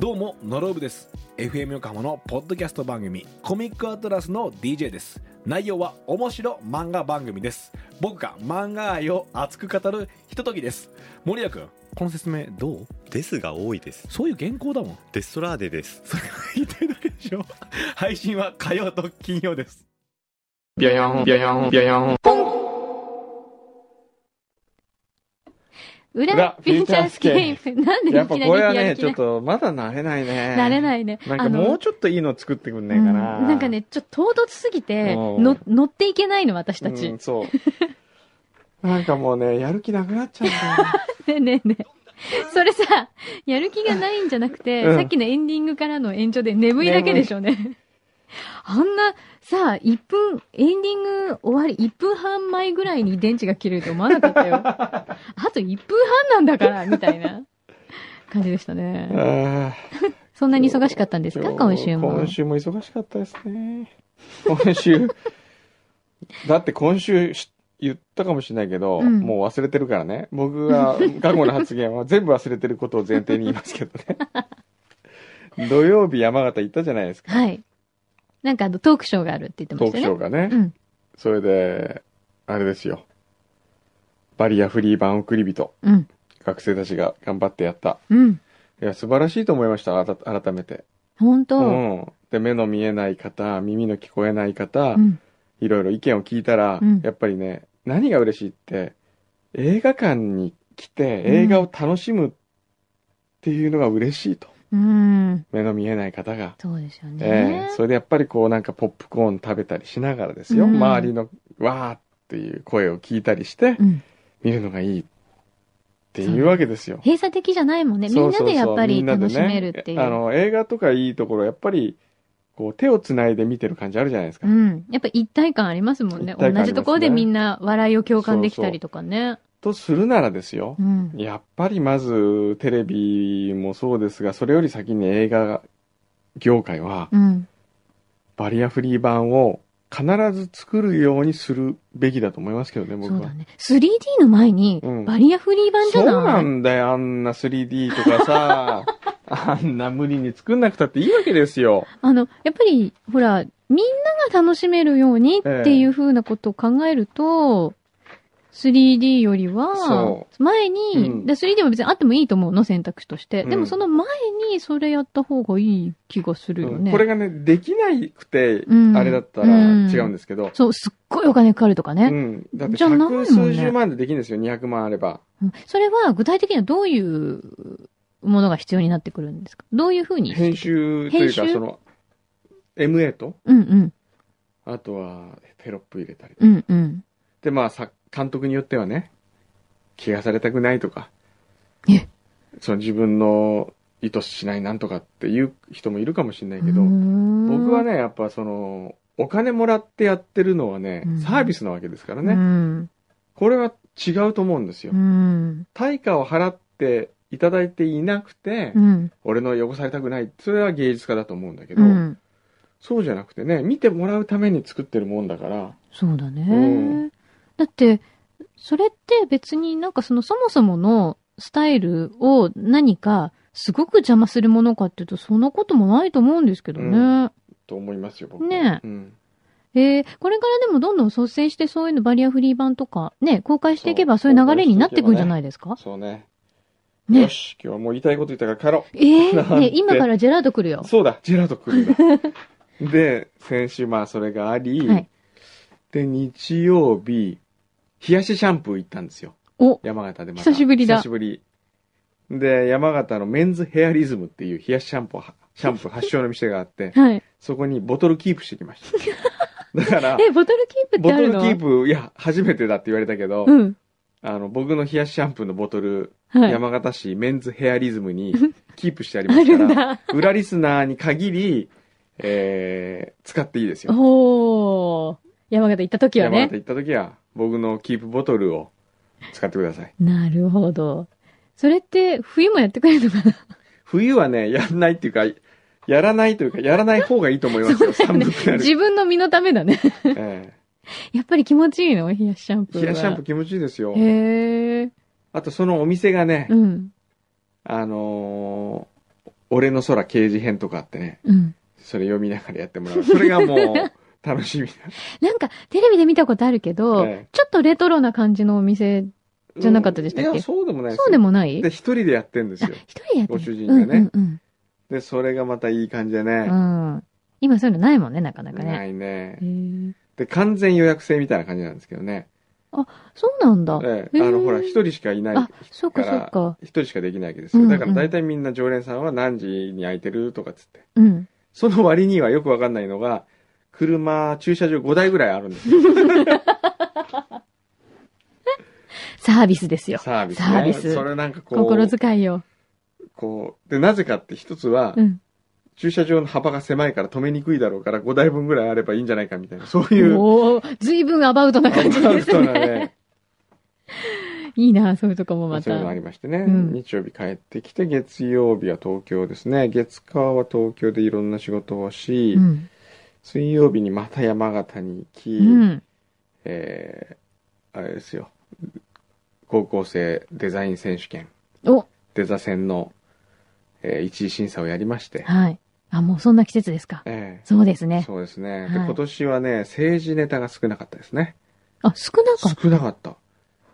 どうもノロブです FM 横浜のポッドキャスト番組コミックアトラスの DJ です内容は面白漫画番組です僕が漫画愛を熱く語るひとときです森谷君この説明どうですが多いです。そういう原稿だもんデストラーデです。それが言ってるだけでしょ配信は火曜と金曜ですビャヤン、ビャヤン、ビャヤン。裏裏フューチャースケープ。なんでいきなやっりぱこれはやね、る気ちなょいっと、まだ慣れないね。なれないね。なんあかのもうちょっといいの作ってくんねえかな。うんなんかね、ちょっと唐突すぎて、うんの乗っていけないの、私うたち。 ん、そう。 なんかもうね、やる気なくなっちゃうんだよ。ねえねえねえ。それさ、やる気がないんじゃなくて、うんさっきのエンディングからの延長で眠いだけでしょうね。あんな、さ、1分、エンディング終わり、1分半前ぐらいに電池が切れると思わなかっ たよ。あと1分半なんだから、みたいな感じでしたね。 ああそんなに忙しかったんですか今週も。今週も忙しかったですね。今週。 だって今週し言ったかもしれないけど、うんもう忘れてるからね。僕が過去の発言は全部忘れてることを前提に言いますけど ね。土曜日山形行ったじゃないですか。はい。なんかあの、トークショーがあるって言ってまトしーたクよね。ショーがね。うんそれで、あれですよ。バリアフリー版送り人。うん。学生たちが頑張ってやった。うん。いや、素晴らしいと思いました。あた改めて。本当、うん。で、目の見えない方、耳の聞こえない方、うん。いろいろ意見を聞いたら、うんやっぱりね、何が嬉しいって、映画館に来て映画を楽しむっていうのが嬉しいと。うん。目の見えない方が。そうですよえねえ。それでやっぱりこうなんかポップコーン食べたりしながらですよ。うん周りの、わーっていう声を聞いたりして、うん。見るのがいいっていうわけですよ。閉鎖的じゃないもんね。みそんうなそうそうでやっぱみりんなで楽ねしめるっていう。あの、映画とかいいところ、やっぱり、こう、手をつないで見てる感じあるじゃないですか。うん。やっぱ一体感ありますもんね一。体感あります同ねじところでみんな笑いを共感できたりとかね。とするならですよう。ん。やっぱりまず、テレビもそうですが、それより先に映画業界は、うん。バリアフリー版を必ず作るようにするべきだと思いますけどね、僕そは。うだね。3D の前にうん、バリアフリー版じゃそうな、ないんだよ、あんな 3D とか さ、あんな無理に作んなくたっていいわけですよ。あの、やっぱり、ほら、みんなが楽しめるようにっていう風なことを考えると、3D よりはそ、前に、うんで 3D も別にあってもいいと思うの、選択肢として。うんでもその前にそれやった方がいい気がするようんね。これがね、できなくてう、んあれだったら違うんですけど、そう、すっごいお金かかるとかうね。ん。だってじゃないもん百ね数十万でできるんですよ、200万あれば。うんそれは具体的にはどういうものが必要になってくるんですかどういう風に編集というか、編集その、MA と、うんうん。あとはテロップ入れたり。うんうん。で、まあ、さ監督によってはね、気がされたくないとかえ、その自分の意図しないなんとかっていう人もいるかもしれないけど、僕僕は、ね、やっぱその、お金もらってやってるのはねう、んサービスなわけですからうね。ん。これは違うと思うんですよう。ん。対価を払っていただいていなくてう、ん。俺の汚されたくない。それは芸術家だと思うんだけどう、ん。そうじゃなくてね、見てもらうために作ってるもんだから、そうだね。うんだって、それって別になんかそのそもそものスタイルを何かすごく邪魔するものかっていうとそんなこともないと思うんですけどね。うんと思いますよ、僕は。ねうん。えーこれからでもどんどん率先してそういうのバリアフリー版とかね、公開していけばそそうういう流れになってくんじゃないですかそうね。ねよし、今日はもう言いたいこと言ったから帰ろ えーなんてね、今からジェラード来るよう。。そうだ、ジェラート来る な。で、先週まあそれがあり、はいで、日曜日、冷やしシャンプー行ったんですよ。お、山形でまた。久しぶりだ久しぶり。で、山形のメンズヘアリズムっていう冷やしシャンプーは、シャンプー発祥の店があって、 はい。そこにボトルキープしてきま した。だから、え、ボトルキープっボてトあるルキのープ、いや、初めてだって言われたけど、うん。あの、僕の冷やしシャンプーのボトル、はい。山形市メンズヘアリズム にキープしてありまあするかんら、だ。裏リスナーに限り、えー、使っていいですよ。おー。山形行った時は山ね形。行った時は、僕のキープボトルを使ってください。なるほど。それって、冬もやってくれるのかな冬はね、やんないっていうか、やらないというか、やらない方がいいと思いますよ。寒くなる。 自分の身のためだね。 えやっぱり気持ちいいの冷やしシャンプー、ーは。冷やしシャンプー気持ちいいですよ。へえ。あと、そのお店がね、うん。あのー俺の空刑事編とかあってね、うん。それ読みながらやってもらう。それがもう、楽しみだ。なんか、テレビで見たことあるけど、ええちょっとレトロな感じのお店、 じゃなかったでしたっけうんいや、そうでもないですよそうでもないで、一人でやってん ですよ。一人でやってるご主人がねうんで、それがまたいい感じでうんうね。ん。うん。今そういうのないもんね、なかなかなね。いねへ。えで、完全予約制みたいな感じなんですけどね。そうなんだ。えへえ、ーあの、ほら、一人しかいないあか、そうかそうら、か。一人しかできないわけですよ。うんうだんから大体みんな常連さんは何時に空いてるとかっつって。うん。その割にはよくわかんないのが、車、駐車場5台ぐらいあるんで すよ。サービスですよ。サービス、ね。サービスそれなんかこう、心遣いよ。こう、で、なぜかって一つは、うん。駐車場の幅が狭いから止めにくいだろうから5台分ぐらいあればいいんじゃないかみたいな、そういう、 おー、ずいぶんアバウトな感じアバでウすトなね。ね、いいな、そういうとこ もまそういうのたがあ。りましてね、うん日曜日帰ってきて、月曜日は東京ですね。月火は東京でいろんな仕事をし、うん。水曜日にまた山形に行き、うん。えーあれですよ、高校生デザイン選手権、お、デザ戦の、えー一次審査をやりまして、はい。あ、もうそんな季節ですか。ええそうですね。そうですね。で、はい今年はね、政治ネタが少なかったですね。あ、少なかった。少なかった。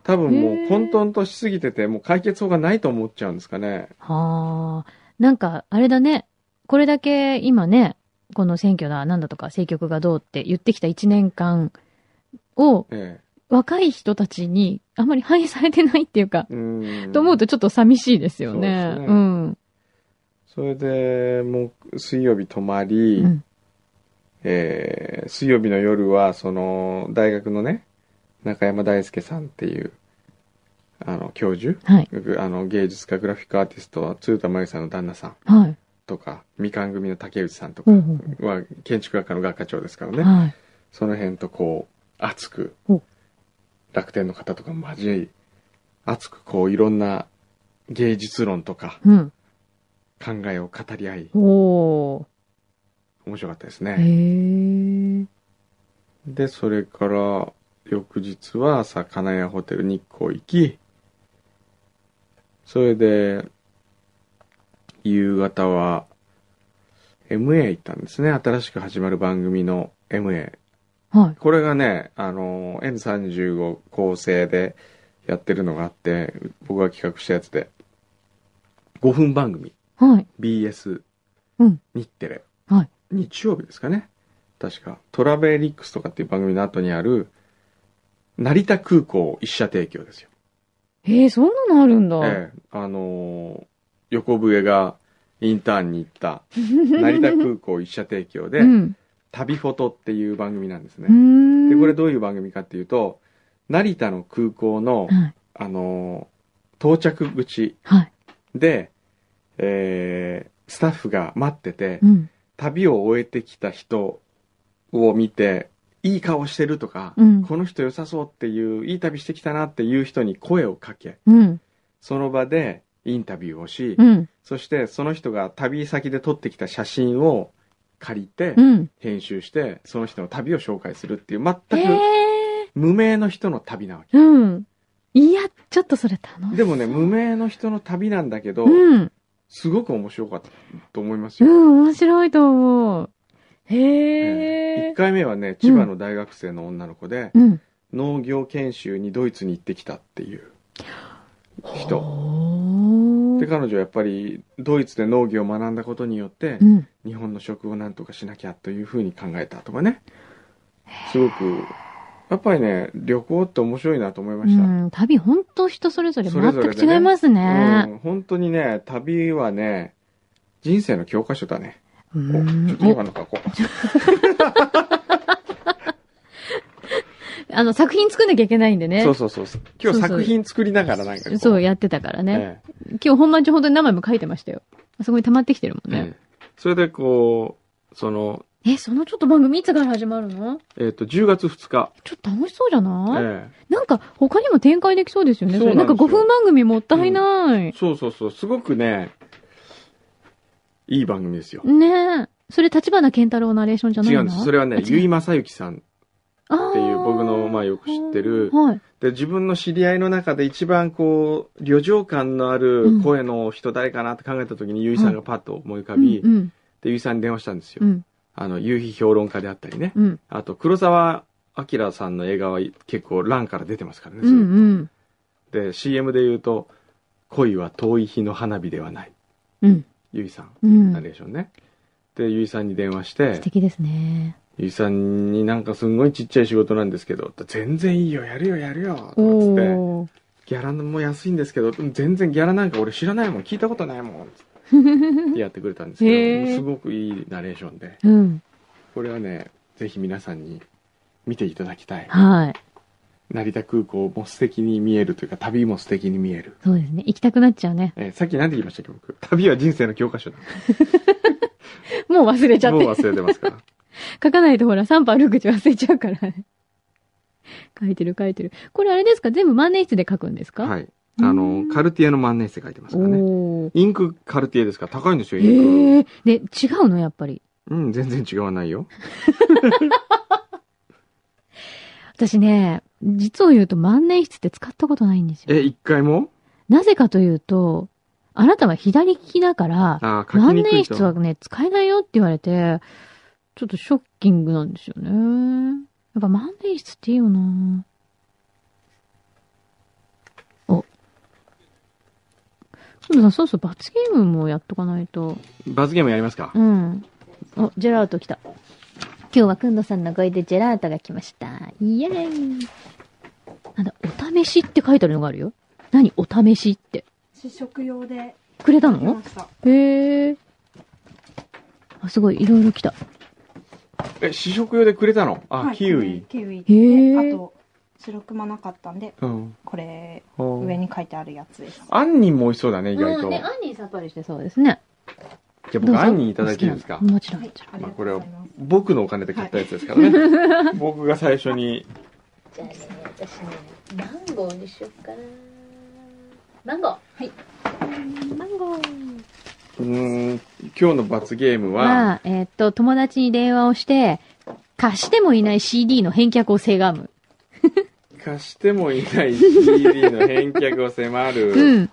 多分もへうー混沌としすぎてて、もう解決法がないと思っちゃうんですかね。はあ。なんか、あれだね。これだけ今ね、この選挙だ、なんだとか、政局がどうって言ってきた1年間を、え若い人たちにあまり反映されてないっていうか、え。うん。と思うとちょっと寂しいですよそうね。ですねうん。それで、もう水曜日泊まり、うんえー水曜日の夜は、その、大学のね、中山大輔さんっていう、あの、教授、はい。あの、芸術家、グラフィックアーティスト、鶴田真由さんの旦那さんはい。とか、みかん組の竹内さんとかほうほうほは、建築学科の学科長ですからう。ね、はい。その辺とこう、熱くお、楽天の方とかも交えり、熱くこう、いろんな芸術論とかうん。考えを語り合い、お面白かったですー。ね。へえ。で、それから、翌日はさ、金谷ホテル日光行き、それで、夕方は、MA 行ったんですね。新しく始まる番組の MA。はい。これがね、あの、N35 構成でやってるのがあって、僕が企画したやつで、5分番組、はい。 BS、うん日テレ、はい日曜日ですかね。確か、トラベリックスとかっていう番組の後にある、成田空港一社提供ですよ。へえ、そんなのあるんだ。ええあのー横笛がインターンに行 った、成田空港一社提供で、うん。旅フォトっていう番組なんですね。うーん。でこれどういう番組かっていうと成田の空港の、はい。あのー到着口はい。で、えースタッフが待ってて、うん。旅を終えてきた人を見ていい顔してるとか、うんこの人良さそうっていういい旅してきたなっていう人に声をかけうん。その場でインタビューをし、うん。そしてその人が旅先で撮ってきた写真を借りてうん。編集してその人の旅を紹介するっていうへ全くえ。無名の人の旅なわけうん。いや、ちょっとそれ楽しい。でもね、無名の人の旅なんだけど、うん。すごく面白かったと思いますうよ。ん、面白いと思う。へ1え。回目はね、千葉の大学生の女の子で、うん。農業研修にドイツに行ってきたっていう人。ほで、ー彼女はやっぱりドイツで農業を学んだことによってう、ん。日本の食をなんとかしなきゃというふうに考えたとかね。すごく、やっぱりね、旅行って面白いなと思いました。うん、旅本当人それぞれそ全れぞれくでね違いますね。うん本当にね、旅はね、人生の教科書だね。うこうちょっんと今のかこう。おあの、作品作んなきゃいけないんでねそう。そうそうそう。今日そうそう作品作りながらなんかこそう、やってたからね。え今日本番中本当に何枚も書いてましたよ。そこに溜まってきてるもえんね。ええそれでこう、その、え、そのちょっと番組いつから始まるのえっ、と、10月2日。ちょっと楽しそうじゃない、えなんか他にも展開できそうですよね。それそうななんんかですよ5分番組もったいないえ。そうそうそう。すごくね、いい番組ですよ。ねえ。それ、立花健太郎ナレーションじゃない違のうんです。それはあね違、うゆいまさゆきさんっっていう僕のまあよく知ってるはい。で自分の知り合いの中で一番こう旅情感のある声の人誰かなって考えた時に、ゆいさんがパッと思い浮かび、うんうんでゆいさんに電話したんですよ、うんあの夕日評論家であったりねうんあと黒澤明さんの映画は結構欄から出てますからね、うんうんで CM で言うと「恋は遠い日の花火ではないうん」ゆいさんうんナレーションね、でゆいさんに電話し素て敵ですね。ゆいさんになんかすんごいちっちゃい仕事なんですけど全然いいよやるよやるよとかつっおておー。ギャラも安いんですけど全然ギャラなんか俺知らないもん聞いたことないもんつって やってくれたんですけへどーすごくいいナレーションでうん。これはねぜひ皆さんに見ていただきたいはい。成田空港も素敵に見えるというか旅も素敵に見える、そうですね。行きたくなっちゃうね。えーさっき何て言いましたっけ僕旅は人生の教科 書だもう忘れちゃっもうて。忘れてます から書かないとほら、3波ル口忘れちゃうから。書いてる書いてる。これあれですか全部万年筆で書くんですかはいうんあのカルティエの万年筆書いてますからねおー。インクカルティエですから高いんですよインク、へえ。で、違うのやっぱり。うん全然違わないよ私ね、実を言うと万年筆って使ったことないんですよ。え一回もなぜかというと、あなたは左利きだから、あー書き万にく年いと筆はね、使えないよって言われて、ちょっとショッキングなんですよね。やっぱ万年筆っていいよなお。そうだ、そうそう、罰ゲームもやっとかないと。罰ゲームやりますかうん。お、ジェラート来た。今日はくんどさんの声でジェラートが来ました。イエーイ。なんだ、お試しって書いてあるのがあるよ。何、お試しって。試食用でくれた来のましたへえ。あ、すごい、いろいろ来た。え、試食用でくれたのあ、はいキウこれイ。キウイへえであと白クマなかったんでうん。これ上あに書いてあるやつですんにんも美味しそうだね、意外と。ね、じゃアンニーさっぱりしてそうですね。あ僕、あんにんいただきですかもちろん、はもいちろん。ありがとうございます僕のお金で買ったやつですからね。僕が最初に。じゃあね、私ね、マンゴーにしようかな。マンゴー。はい。マンゴー。うーん、今日の罰ゲームは、は、えーっと、友達に電話をして、貸してもいない CD の返却をせがむ。貸してもいない CD の返却を迫うる。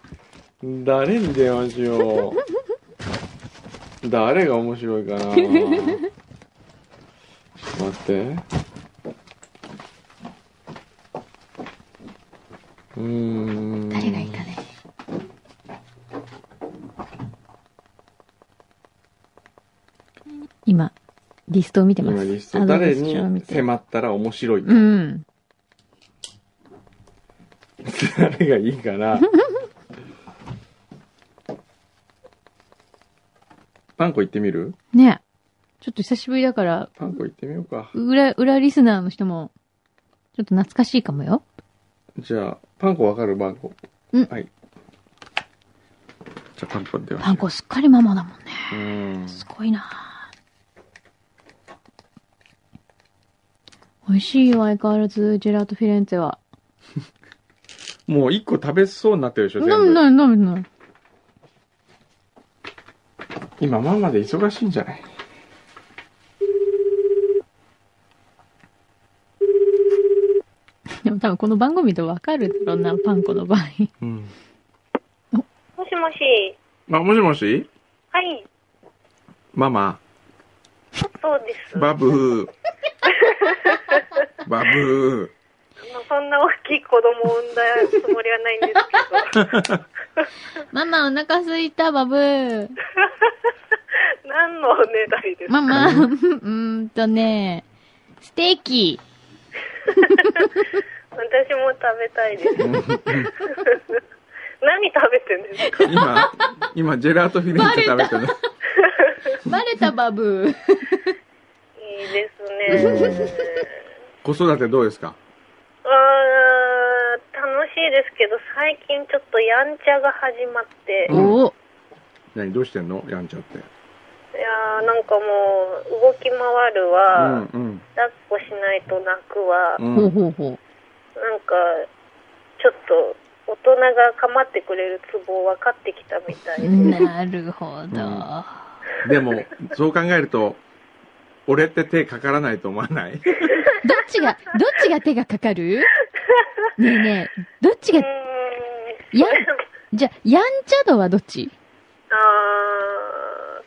ん。誰に電話しよう。誰が面白いかな。ちょっと待って。うーん。誰がいいかね。今、リストを見てます。今リストあの誰リストを見にて迫ったら面白い、うん。誰がいいか なパンコ行ってみるねちょっと久しぶりだから、パンコ行ってみようか裏、裏リスナーの人も、ちょっと懐かしいかもよ。じゃあパンコわかるパンコうんはいじゃあパンコではパンコすっかりママだもんね。うんすごいな美味しいよ、相変わらず、ジェラートフィレンツェは。もう一個食べそうになってるでしょ全飲む部飲む飲む飲む。今ママで忙しいんじゃないでも多分この番組とわかるだろうな、パン粉の場合。うんもしもし。あもしもしはい。ママそうです。まバブ ーバブーあ、そんな大きい子供を産んだつもりはないんです けママお腹すいた、バブー。ど、何のおねだりですマか、マ、うーんとね、ステーキ。私も食べた いです。何食べてんですか今今ジェラートフィレンツェ食べてるバレた、バブー。いいですね。子育てどうですかうーん、楽しいですけど、最近ちょっとやんちゃが始まって、うんお何どうしてんのやんちゃっていやーなんかもう、動き回るは、うん抱っこしないと泣くは、うほうんほうほ。なんか、ちょっと、大人が構ってくれるツボを分かってきたみたいうで。なるほど。でもそう考えると俺って手かからないと思わないどっちが、どっちが手がかかるねえねえ、どっちうーがん、やん、じゃ、やんちゃ度はどっちあー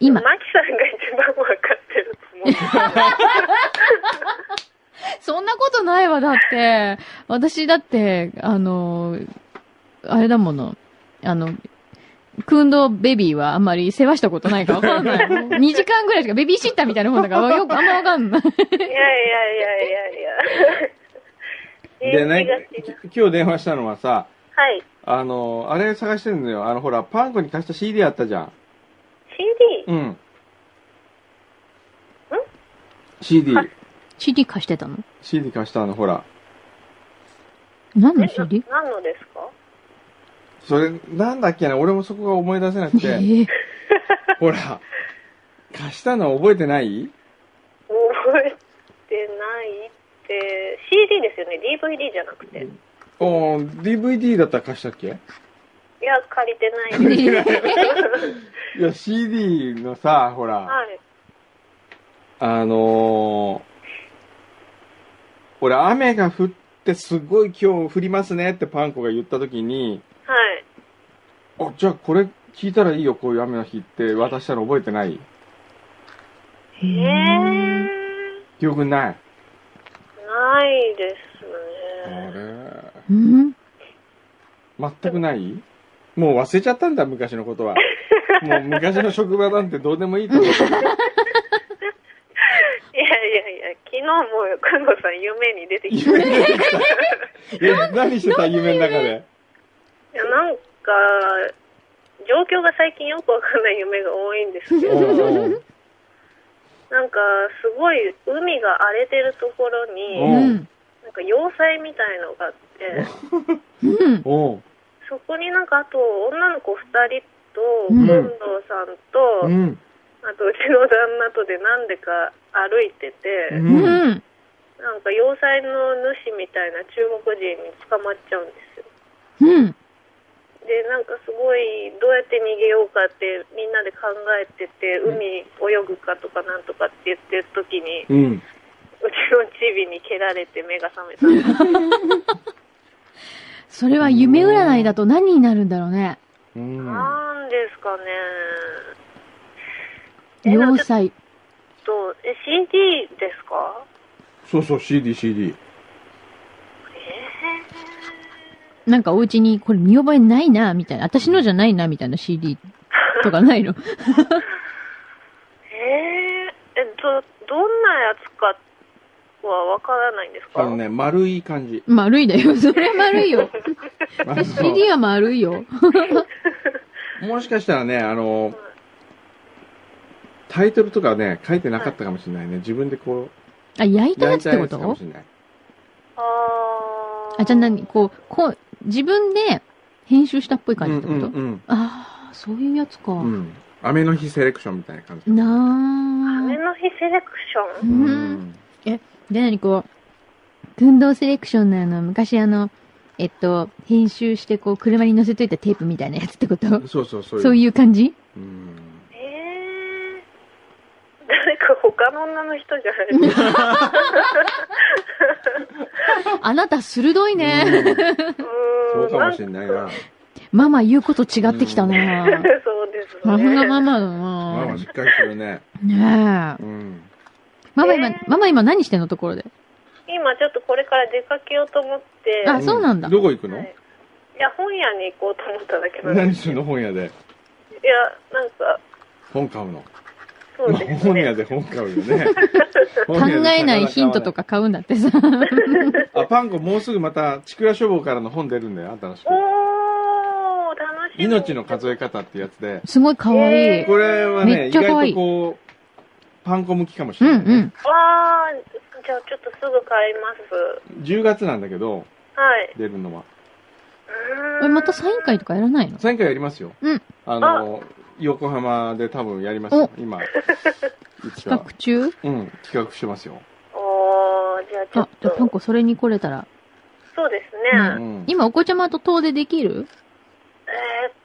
今。マキさんが一番わかってると 思う。そんなことないわ、だって。私、だって、あの、あれだもの。あの、クンドベビーはあんまり世話したことないからわかんない。2時 間ぐらいしかベビーシッターみたいなもんだから、よくあんまわかんない。いやいやいやいやいや。でね違う違う、き今日電話したのはさ、はい。あの、あれ探してるんだよ。あの、ほら、パンコに貸した CD あったじゃん。 CD? うん。CD、 CD 貸してたの CD 貸したの、ほら。何 のえ CD? な何のですかそれ、なんだっけな、俺もそこが思い出せなくえ て。ーほら、貸したの覚えてない覚えてないって、CD ですよね、DVD じゃなくて。いおー DVD だったら貸したっけや、借りてないです。いや、CD のさ、ほら、はい。あのー、俺、雨が降ってすごい今日降りますねってパンコが言った時に、はい。あ、じゃあこれ聞いたらいいよ、こういう雨の日って渡したの覚えてないえー、記憶ない。ないですあね。れうん全くないもう忘れちゃったんだ、昔の ことは。もう昔の職場なんてどうでもいいと思って。いやいやいや、昨日もくんさん夢に出てきた。い 夢でした。え何してた夢の中で。や、なんか、状況が最近よくわかんない夢が多いんですけうど、んうんなんか、すごい海が荒れてるところうに、うん。なんか要塞みたいのがあって、うん。おうそこになんかあと女の子2人と、うん近藤さんと、うん。あとうちの旦那とでなんでか歩いてて、う。うんん。なんか要塞の主みたいな中国人に捕まっちゃうんですよ。うん。で、なんかすごいどうやって逃げようかってみんなで考えてて、海泳ぐかとかなんとかって言ってる時に、うん。うちのチビに蹴られて目が覚めたんです。それは夢占いだと何になるんだろうね。うん。なんですかね。え要塞。と、え、CD ですかそうそう、CD、CD。なんかお家にこれ見覚えないな、みたいな。私のじゃないな、みたいな CD とかないのえー、え、ど、どんなやつかはわからないんですあかのね、丸い感じ。丸いだ よ。それは丸いよ。あの CD は丸いよ。もしかしたらね、あの、タイトルとかね、書いてなかったかもしれないね。自分でこう、あ、焼いたややりつたっていこやつかもとしれない。あーあ、じゃあ何こう、こう、自分で編集したっぽい感じってこと、うんうんああ、そういうやつか。うん。うん。雨の日セレクションみたいな感じ。な雨あ。の日セレクシうョンん。。で、何こう、運動セレクションのあの、昔あの、えっと、編集してこう、車に乗せといたテープみたいなやつってことそうそう、そういう。そういう感じうん。えー、誰か他の女の人じゃないですか。あなた鋭いね。そううかもしれないな。ママ言うこと違ってきたなーん。なんかそうですママがね。ママだママなしっかりしてるね。ねえ。マうん。マえ今ー、ママ今何してんのところで。今ちょっとこれから出かけようと思って、あそうなんだどこ行くのはい、いや、本屋に行こうと思っただけなんで何す。するの本屋で。いや、なんか、本買うの。そうですね。本屋で本買うよね。考えないヒントとか。か買うんだってさ。あ、パンコもうすぐまた、ちくら書房からの本出るんだよ、新しく。おー、楽しみ。命の数え方ってやつで、 すごい可愛いえー。これはめね、っ意ちゃ可愛外いとこう、パンコ向きかもしうれない、んうねん。あー、じゃあちょっとすぐ買います。 10月なんだけど、はい。出るのは。うーえ、んまたサイン会とかやらないの3回やりますよ。うんあの、横浜で多分やりますよ、今。 一応企画中うん、企画してますよ。おー、じゃあちょあっ、じゃあパンと。コそれに来れたら。そうですうね。ん。今、お子ちゃまと遠出できるえーっ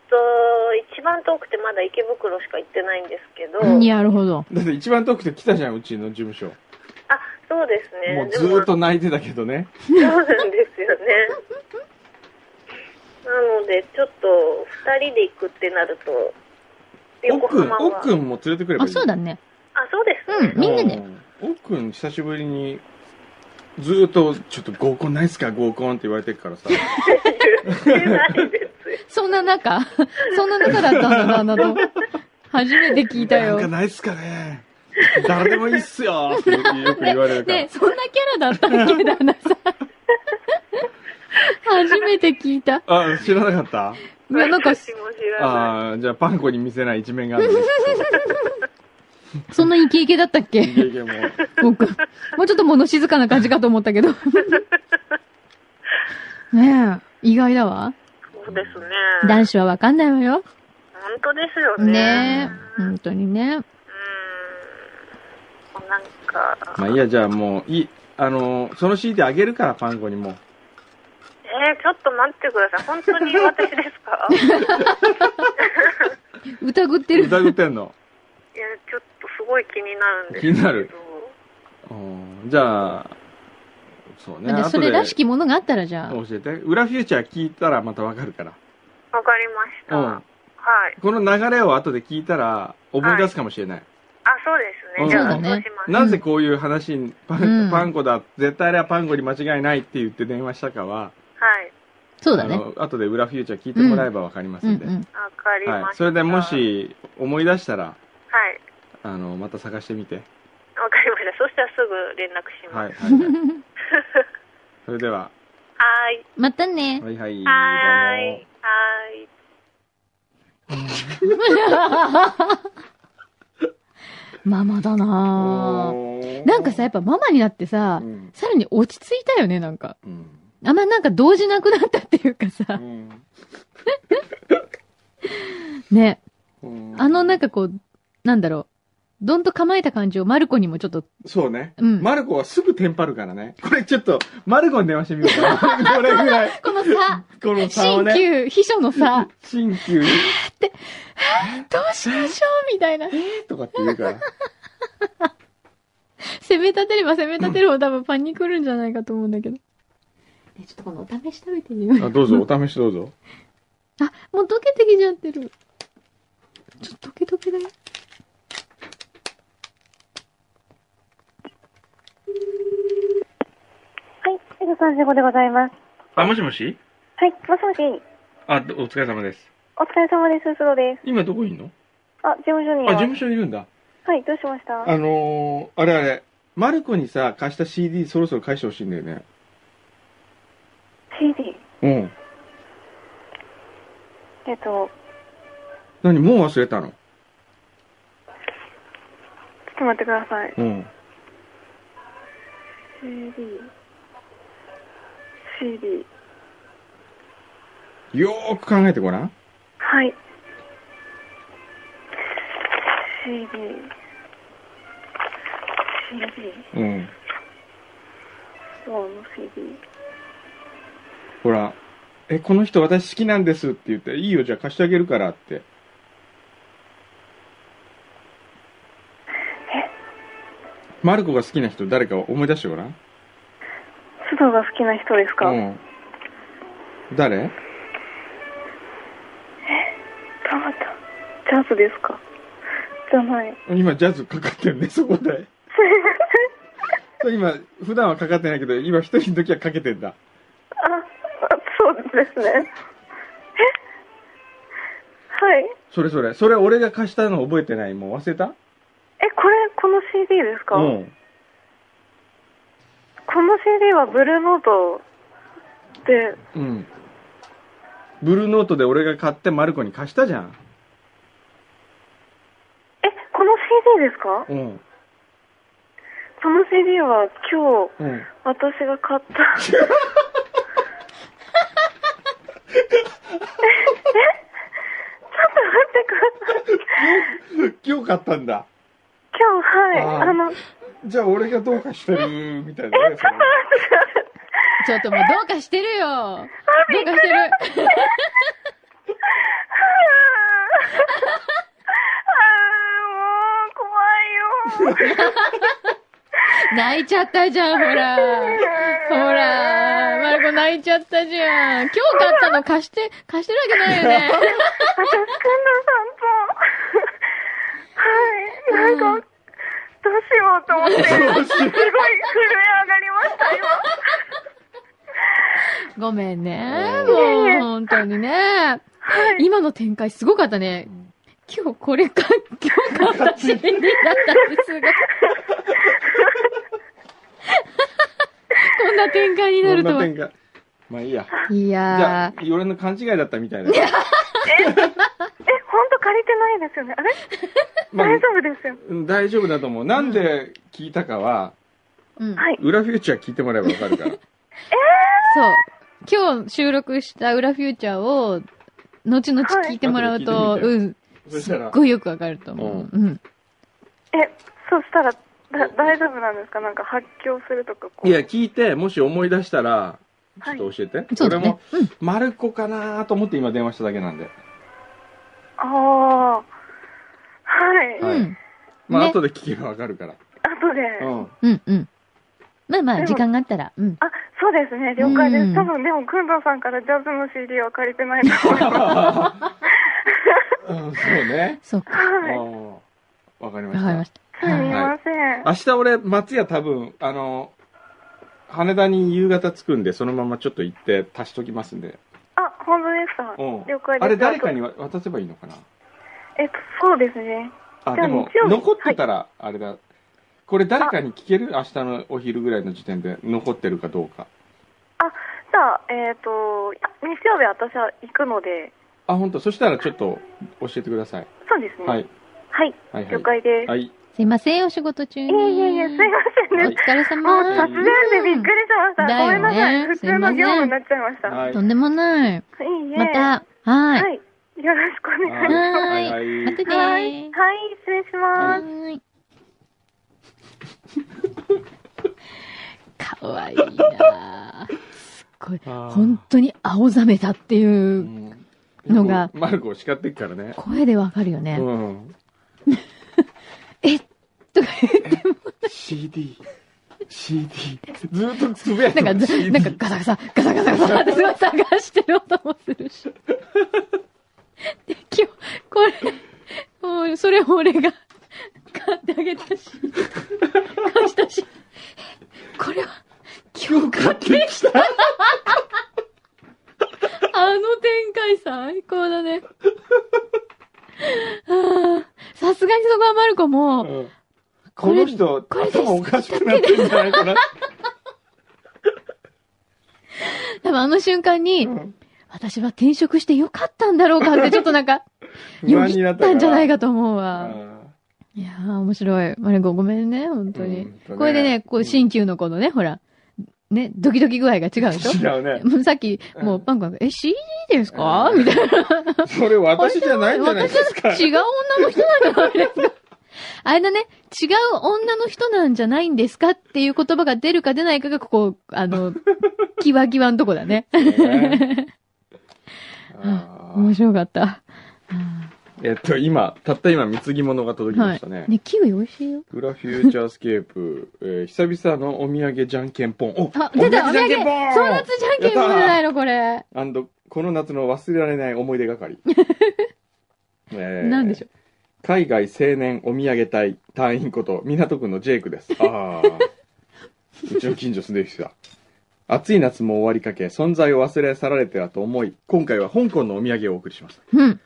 と、一番遠くてまだ池袋しか行ってないんですけど、なるほど。だって一番遠くて来たじゃん、うちの事務所。あ、そうですね。もうずーっと泣いてたけどね。でも。そうなんですよね。なので、ちょっと、二人で行くってなると、奥横くん、浜は。奥くんも連れてくればあ、いい。そうだね。あ、そうですね。うんみんなでうん。奥くん、久しぶりに、ずーっと、ちょっと合コンないっすか合コンって言われてるからさ。言ってないですよ。そんな中、 そんな中だったんだな、あなど。初めて 聞いたなんよか。ないっすかね誰でもいいっすよってよく言われるから。ね、そんなキャラだ ったっけ、旦那さん。初めて聞いた。あ、知らなかっいや、なんか、私も知たらなあい。あ、じゃあパンコに見せない一面があるね。そんなイケイケだったっいやけいやもう僕。もうちょっと物静かな感じかと思った けど。ねえ、意外だわ。そうですね。男子はわかんないわよ。本当ですよね。ねえ、本当にね。うーん。なんか、まあいいや、じゃあもう、いい。あのー、その CD あげるから、パンコにもう。えー、ちょっと待ってください。本当に私です かい疑ってる。疑ってんの。や、ちょっとすごい気になるんですけ気ど。になる。うんじゃあ、そうね。でそれ後でらしきものがあったらじゃあ。教えて。裏フューチャー聞いたらまたわかるから。わかりました。うん。はい。この流れを後で聞いたら思い出すかもしれない。あ、そうですね。うんじゃあ、そうだねします。なぜこういう話に、パン、うんパンコだ、絶対あれはパンコに間違いないって言って電話したかは、はい。そうだね。あの、後で裏フューチャー聞いてもらえばわかりまうすんうんで。ん。わかりました。はい。それでも。し思い出したら、はい。あの、また探してみて。わかりました。そしたらすぐ連絡しはま い。す。はい、はい。それでは、はい。またね。はいはい。はーどうもい。はーい。 ママだなぁなんかさ、やっぱママになってさ、うんさらに落ち着いたよね、なんか。うんあんまなんか動じなくなったっていうかうさ、んね。うんあのなんかこう、なんだろう。どんと構えた感じをマルコにもちょっと、そうね。うんマルコはすぐテンパるからね。これちょっと、マルコに電話してみようか な。これぐらい。このさ、この差を新ね。旧、秘書のさ、新旧どうしましょうみたいな。とかって言うから。攻め立てれば攻め立てるほど多分パンに来るんじゃないかと思うんだけど。ねちょっとこのお試し食べてみよう。あ、どうぞ、お試しどうぞ。あ、もう溶けてきちゃってる。ちょっと溶け溶けだよ。はい、N35 でございます。あ、もしもしはい、もしもし、あ、どお疲れ様です。お疲れ様です、須藤です。今どこいんのあ、事務所には。あ、事務所にいるんだ。はい、どうしましたあのー、あれあれ。マルコにさ、貸した CD そろそろ返してほしいんだよね。 ?CD。うん。えっと、何もう忘れたのちょっと待ってください。うん。 CD。CD。よーく考えてごらん。はい。CD。CD。うん。そうの CD。ほら、え、この人私好きなんですって言って、いいよ、じゃあ貸してあげるからって。マルコが好きな人誰か思い出してごらん。須藤が好きな人ですか、うん。誰たまた。ジャズですかじゃない。今ジャズかかってるね、そこ で。そう今、普段はかかってないけど、今一人の時はかけてんだ。あ、あそうですね。えはい。それそれ。それ俺が貸したの覚えてない。もう忘れたえ、これ、この CD ですか、うん。この CD はブルーノートで、うん。ブルーノートで俺が買ってマルコに貸したじゃん。え、この CD ですかうん。この CD は今日、うん。私が買った。え、え、ちょっと待ってください。今日買ったんだ。今日、はい。あーあの、じゃあ俺がどうかしてるみたいなね。 それちょっともうどうかしてるよ。どうかしてる。あーもう怖いよ。泣いちゃったじゃん、ほら。ほら、マルコ泣いちゃったじゃん。今日買ったの貸して、貸してるわけないよね。私、こんな散歩。はい。なんか、どうしようと思って、すごい震え上がりました、今。ごめんね。いえいもえう、本当にね。今の展開すごかったね。今日これか、今日買ったし、便利だったんですが。こんな展開になこるんとなは。展開。まあいいや。いじゃやあ、俺の勘違いだったみたいな。 え、ほんと借りてないですよね。あれまあ大丈夫ですよ。うん大丈夫だと思う。なんで聞いたかは、ー、うん。はい。裏フューチャー聞いてもらえばわかる から。そう。今日収録した裏フューチャーを、後々聞いてもらうと、はいうん、そしすたっら、ごいよくわかると思う。うん。え、そしたら、だ大丈夫なんですかなんか発狂するとか、こう。いや、聞いて、もし思い出したら、ちょはっいと教えて。そうだね。うん。俺も、マルコかなと思って今電話しただけなんで。ああ。はい。はいうん。まあ、ね後で聞けばわかるから。後で。うん。うん。うん。まあまであ、も時間があったら。うん。あ、そうですね。了解でうんす。多分、でも、くんどうさんからジャズの CD は借りてないと思います。うん、そうね。そうか。ははい。い。わかりましわかりたま。した。すみはい。ません。明日俺、松屋多分、あの、羽田に夕方着くんで、そのままちょっと行って足しときますんで。あ、本当ですか。うん。了解です。あれ誰かにわ渡せばいいのかなえっと、そうですね。あ、じゃあでも日曜、日残ってたら、あれだ。これ誰かに聞ける明日のお昼ぐらいの時点で残ってるかどうか。じゃあ、えっ、と、いや日曜日私は行くので、あ、本当そしたらちょっと教えてください。そうですね。ははい。い。ははいいはい了解です。はい。すいません、お仕事中に。いえいえいえ、すいませんおね。疲れも様う突然でびっくりしました。だごめよねんなさい。普通の業務になっちゃいました。はい。とんでもない。いいえ。また、はい。はい。よろしくお願いしまはいはいまたす。はねい。はい、失礼します。ーい。かわいいなぁすっごい。あー本当に青ざめたっていううんのがマルコを叱ってっからね。声でわかるよね。うん。えっとか CD。CD。ずっとつぶやいて言るって、なんかず、なんかガサガサ、ガサガサガサってすごい探してる音もするし。で、今日、これ、もう、それ俺が買ってあげたし、貸したし、えこれは、今日買ってきた。あの展開最高だね。ああさすがにそこはマルコも、うんこの人、これです頭おかしくなってんじゃないか な。多分あの瞬間に、私は転職してよかったんだろうかって、ちょっとなんか、 不よ安ぎになっったからたんじゃないかと思うわ。あいやー、面白い。マリコ、ごめんね、本当うに。ん本当ねこれでね、こうう、ん新旧のこのね、ほら、ね、ドキドキ具合が違うでしょー違うね。もうさっき、うんもうパンコが、え、CD ですかみたいな。 それ私じゃないんじゃないで私すかは。違う女の人なんじゃないですかあれだね、違う女の人なんじゃないんですかっていう言葉が出るか出ないかが、ここ、あの、キワキワのとこだね。ねあー面白かった。えっと、今、たった今、貢ぎ物が届きまはしたね。い。ね、キウイ美味しいよ。グラフューチャースケープ、えー久々のお土産じゃんけんぽん。おあ、出た、お土産。じゃんけんぽんそう夏じゃんけんぽんじゃないの、これ。アンド、この夏の忘れられない思い出 係。えーなんでしょう。海外青年お土産隊隊員こと港区のジェイクですああ うちの近所住んでる人だ暑い夏も終わりかけ存在を忘れ去られてはと思い今回は香港のお土産をお送りしました、うん。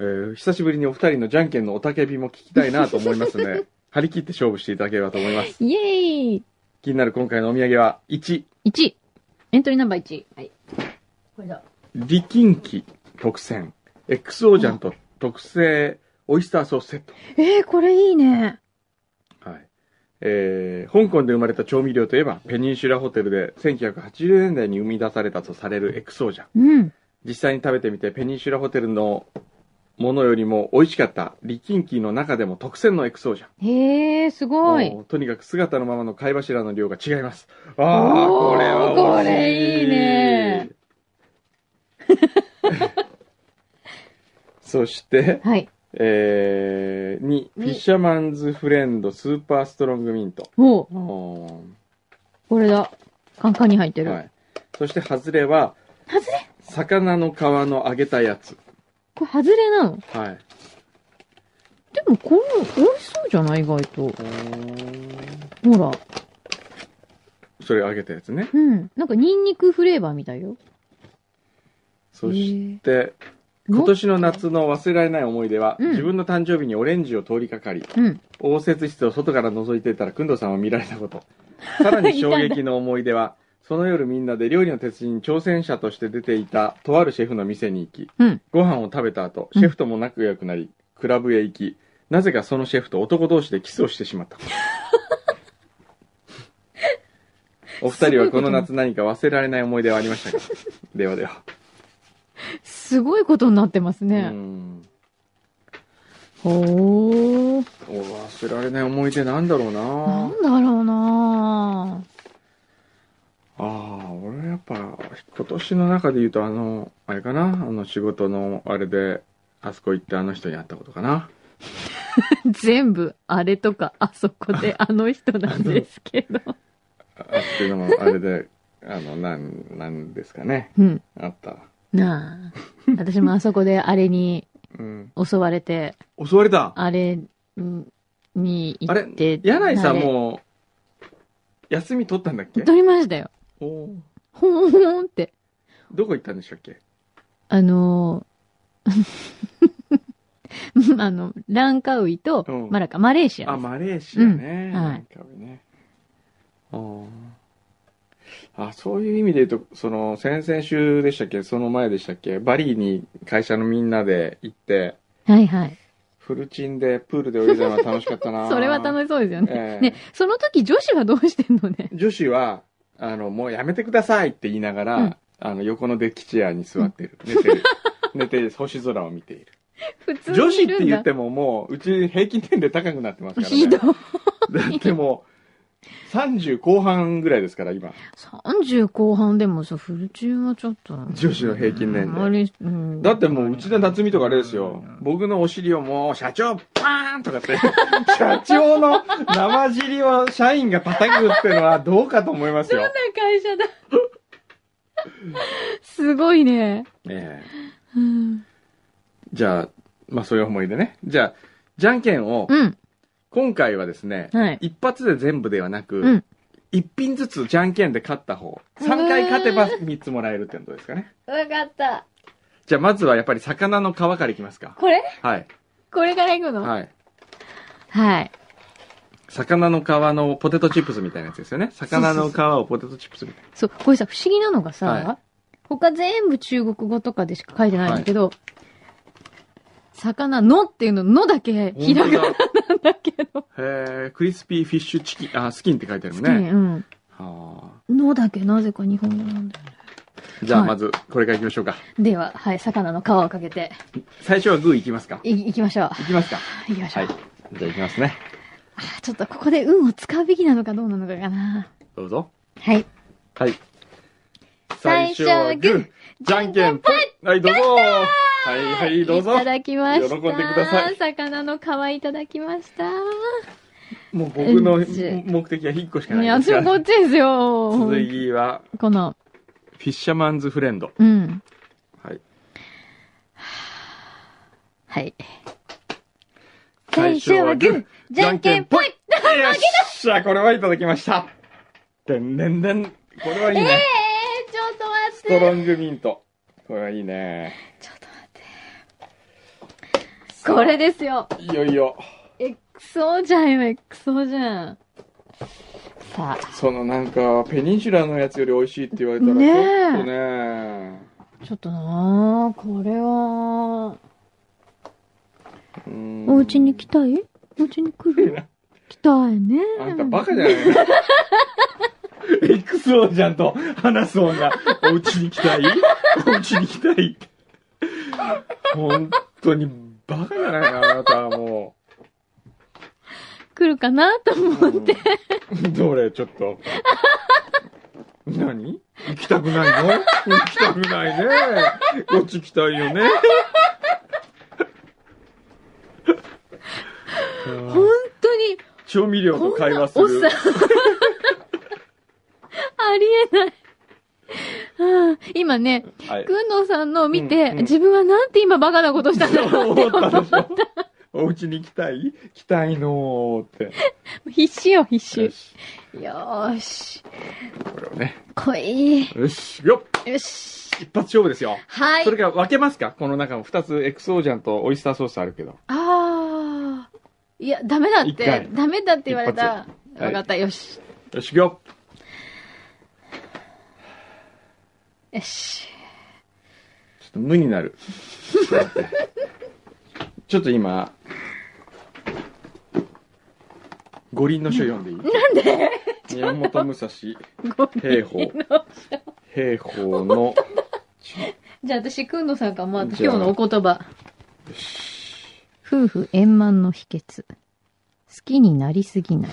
えー久しぶりにお二人のじゃんけんのおたけびも聞きたいなと思いますの で張り切って勝負していただければと思いますイエーイ。気になる今回のお土産は1 1。エントリーナンバー1。はい。これだ。リキンキ特選 XO ジャンと特製オイスターソースセットえー、これいいね。はい。えー香港で生まれた調味料といえば、ペニンシュラホテルで1980年代に生み出されたとされるエクソージャン。うん。実際に食べてみて、ペニンシュラホテルのものよりも美味しかった、リキンキーの中でも特選のエクソージャン。へー、すごい。もうとにかく姿のままの貝柱の量が違います。ああ、おーこれはこ美味しれいい ね。そして、はい。えー、2、フィッシャーマンズフレンドスーパーストロングミント。おうおこれだ。カンカンに入ってーる。はい。そして、ハズレは、ハズレ魚の皮の揚げたやつ。これ、ハズレなのはい。でも、この、美味しそうじゃない意外と。おーほら。それ揚げたやつね。うん。なんか、ニンニクフレーバーみたいよ。そして、今年の夏の忘れられない思い出は、うん自分の誕生日にオレンジを通りかかり、うん。応接室を外から覗いていたら、くんどさんを見られたこと。 さらに衝撃の思い出は、その夜みんなで料理の鉄人に挑戦者として出ていたとあるシェフの店に行き、うんご飯を食べた後、シェフとも仲良くなり、クラブへ行き、なぜかそのシェフと男同士でキスをしてしま った。お二人はこの夏何か忘れられない思い出はありましたかではでは。すごいことになってますうね。んほー。お忘れられない思い出なんだろうななんだろうな ああ、俺やっぱ、今年の中で言うと、あの、あれかな、あの仕事のあれで、あそこ行ってあの人に会ったことかな。ぁ全部、あれとか、あそこで、あの人なんですけど。あっていうのも、あれで、 あの、なん、なんですかね、うん。あった。なあ私もあそこであれにうん。襲われて、襲われたあれに行あれって、柳井さん慣れもう、休み取ったんだっけ取りましたよ。おーほーんって。どこ行ったんでしたっけあのー あの、ランカウイとうん、マラカ、マレーシアあ、です。マレーシアね。うんはいなんかね。あーあ、そういう意味で言うと、その、先々週でしたっけその前でしたっけバリーに会社のみんなで行って、はいはい。フルチンでプールで泳いだのは楽しかったな。 それは楽しそうですよね。ええね、その時女子はどうしてんの ね。女子は、あの、もうやめてくださいって言いながら、うんあの、横のデッキチェアに座ってる。寝て る。寝て、星空を見ている。普通女に子っいるてん言っだ。てももう、うち平均点で高くなってますからね。ひどい。だってもう、30後半ぐらいですから、今。 30後半でもさ、フル中はちょっと。女子の平均年あ齢。れ、うん だってもう、内田夏美とかあれですよ。僕のお尻をもう、社長、パーンとか って、社長の生尻を社員が叩くってのはどうかと思いますよ。どんな会社だすごいね。ええうん。じゃあ、まあそういう思いでね。じゃあ、じゃんけんを、うん。今回はですね、はい。一発で全部ではなうくん、一、品ずつじゃんけんで勝った方、3回勝てば3つもらえるってことですかね。わかった。じゃあまずはやっぱり魚の皮からいきますか。これはい。これから行くのはい。はい。魚の皮のポテトチップスみたいなやつですよね。魚の皮をポテトチップスみたいそう、これさ、不思議なのがさ、は他全部中国語とかでしか書いてないんだけど、魚のっていうの、のだけ、な。 ひらがな本当だだけど。へえ、クリスピーフィッシュチキン、あ、スキンって書いてあるねね。うん。はあのだけなぜか日本語なんだよ。じゃあはいまず、これからいきましょうか。では、はい、魚の皮をかけて、最初はグーいきますか。い、行きましょう。いきますか。行きましょはう。い。じゃあいきますね。あちょっとここで運を使うべきなのかどうなのかかな。どうぞ。はい。はい。最初はグー、じゃんけんぽい。はい、どうぞ。はい、はい、どうぞいた。だきました。喜んでください魚の皮いただきました。もう僕のうんじゃあ目的は1個しかいなや、いです私かもこら。っちですよ。続きは、この、フィッシャマンズフレンド。うん。はい。はい。最初はグー、じゃんけんぽいよっしゃ、これはいただきました。でんでんでん。これはいいね。えー、ちょっと待っスて。トロングミント。これはいいね。ちょっと待って。これですよ。いよいよ、え、クソじゃんよ、え、クソじゃん。さあ、そのなんか、ペニンシュラのやつより美味しいって言われたら、ちねえょっとね。ちょっとなあこれは、うんお家に来たいお家に来る来たいね。あんたバカじゃないの ?XO じゃんと話す女。お家に来たいお家に来たいって。本当にバカじゃないのあなたはも来るかなと思う。う。うんどれちょっと。何行きたくないの行きたくないね。こっち来たいよね。調味料とこん会な話おっすさん。 るありえない。うん今ね、はい くんのさんのを見て、うんうん自分はなんて今バカなことしたんだろうって思思っったたでしょお家に来たい来たいのーっ必死よ、必て。よ死。し。よーし。これをね。来い。よし。よっよし。一発勝負ですよ。はいそ。れから分けますかこの中も2つエクソージャンとオイスターソースあるけど。あー。いや、ダメだっ一て回。ダメだって言われた。一発はいわかった、よし。よし、よっよし。ちょっと無になる。だってちょっと今、五輪の書読んでいいなんで宮本武 蔵、ごめ兵ん。法、兵法 の、 じゃあ私、くんのさんからもらったじゃ今あ日のお言葉。夫婦円満の秘訣。好きになりす ぎない。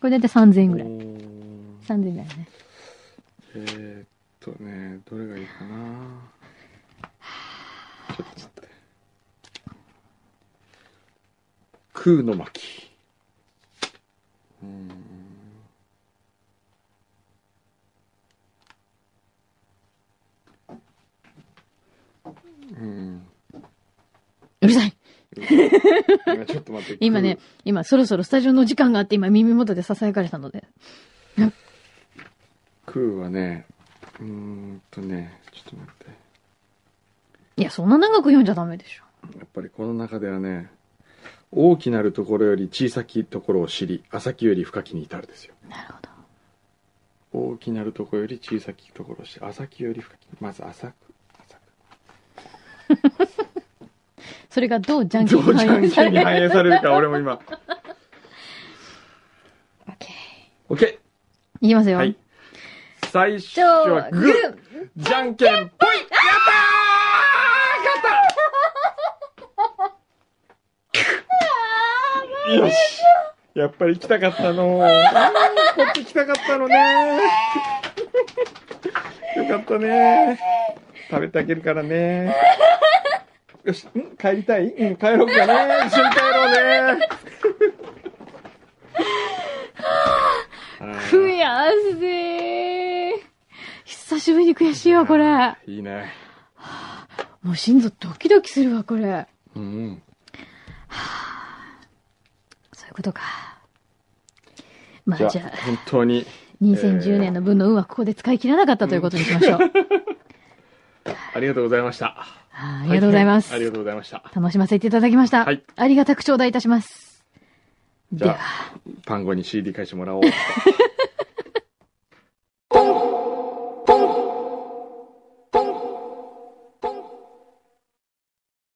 これだいたい3000円ぐらい。3000円だよね。えーっとね、どれがいいかなちょっと待って。空の巻。うーんうんうるさい。今ちょっと待って。今ね、今そろそろスタジオの時間があって、今耳元で囁かれたので。空。空はね、うーんとね、ちょっと待って。いや、そんな長く読んじゃダメでしょ。やっぱりこの中ではね、大きなるところより小さきところを知り、浅きより深きに至るですよ。なるほど。大きなるところより小さきところを知り、浅きより深き。まず浅く。浅それがどうじゃんくけんどうじゃ反映んさけれんにる反映される か、俺も今。オッケ OK! ーいきますよ。はい。最初じゃはあ、ググーーじゃんけんぽいやったー勝ったよしやっぱり来たかったのあーこっち来たかったのねよかったね食べてあげるからねよし、ん帰りたいうん、帰ろうかね一緒に帰ろうね悔しい。久しぶりに悔しいわ、これ。いいね。もう心臓ドキドキするわ、これ。うん。そういうことか。まじゃああじゃあ、、本当に。 2010年の分の運はここで使い切らなかったということにしま しょう。ありがとうございました。あーありがとうございまはありがす。とうございました。楽しませていただきました。はいありがたく頂戴いたします。じでゃは、あ、パンゴに CD 返してもらおう。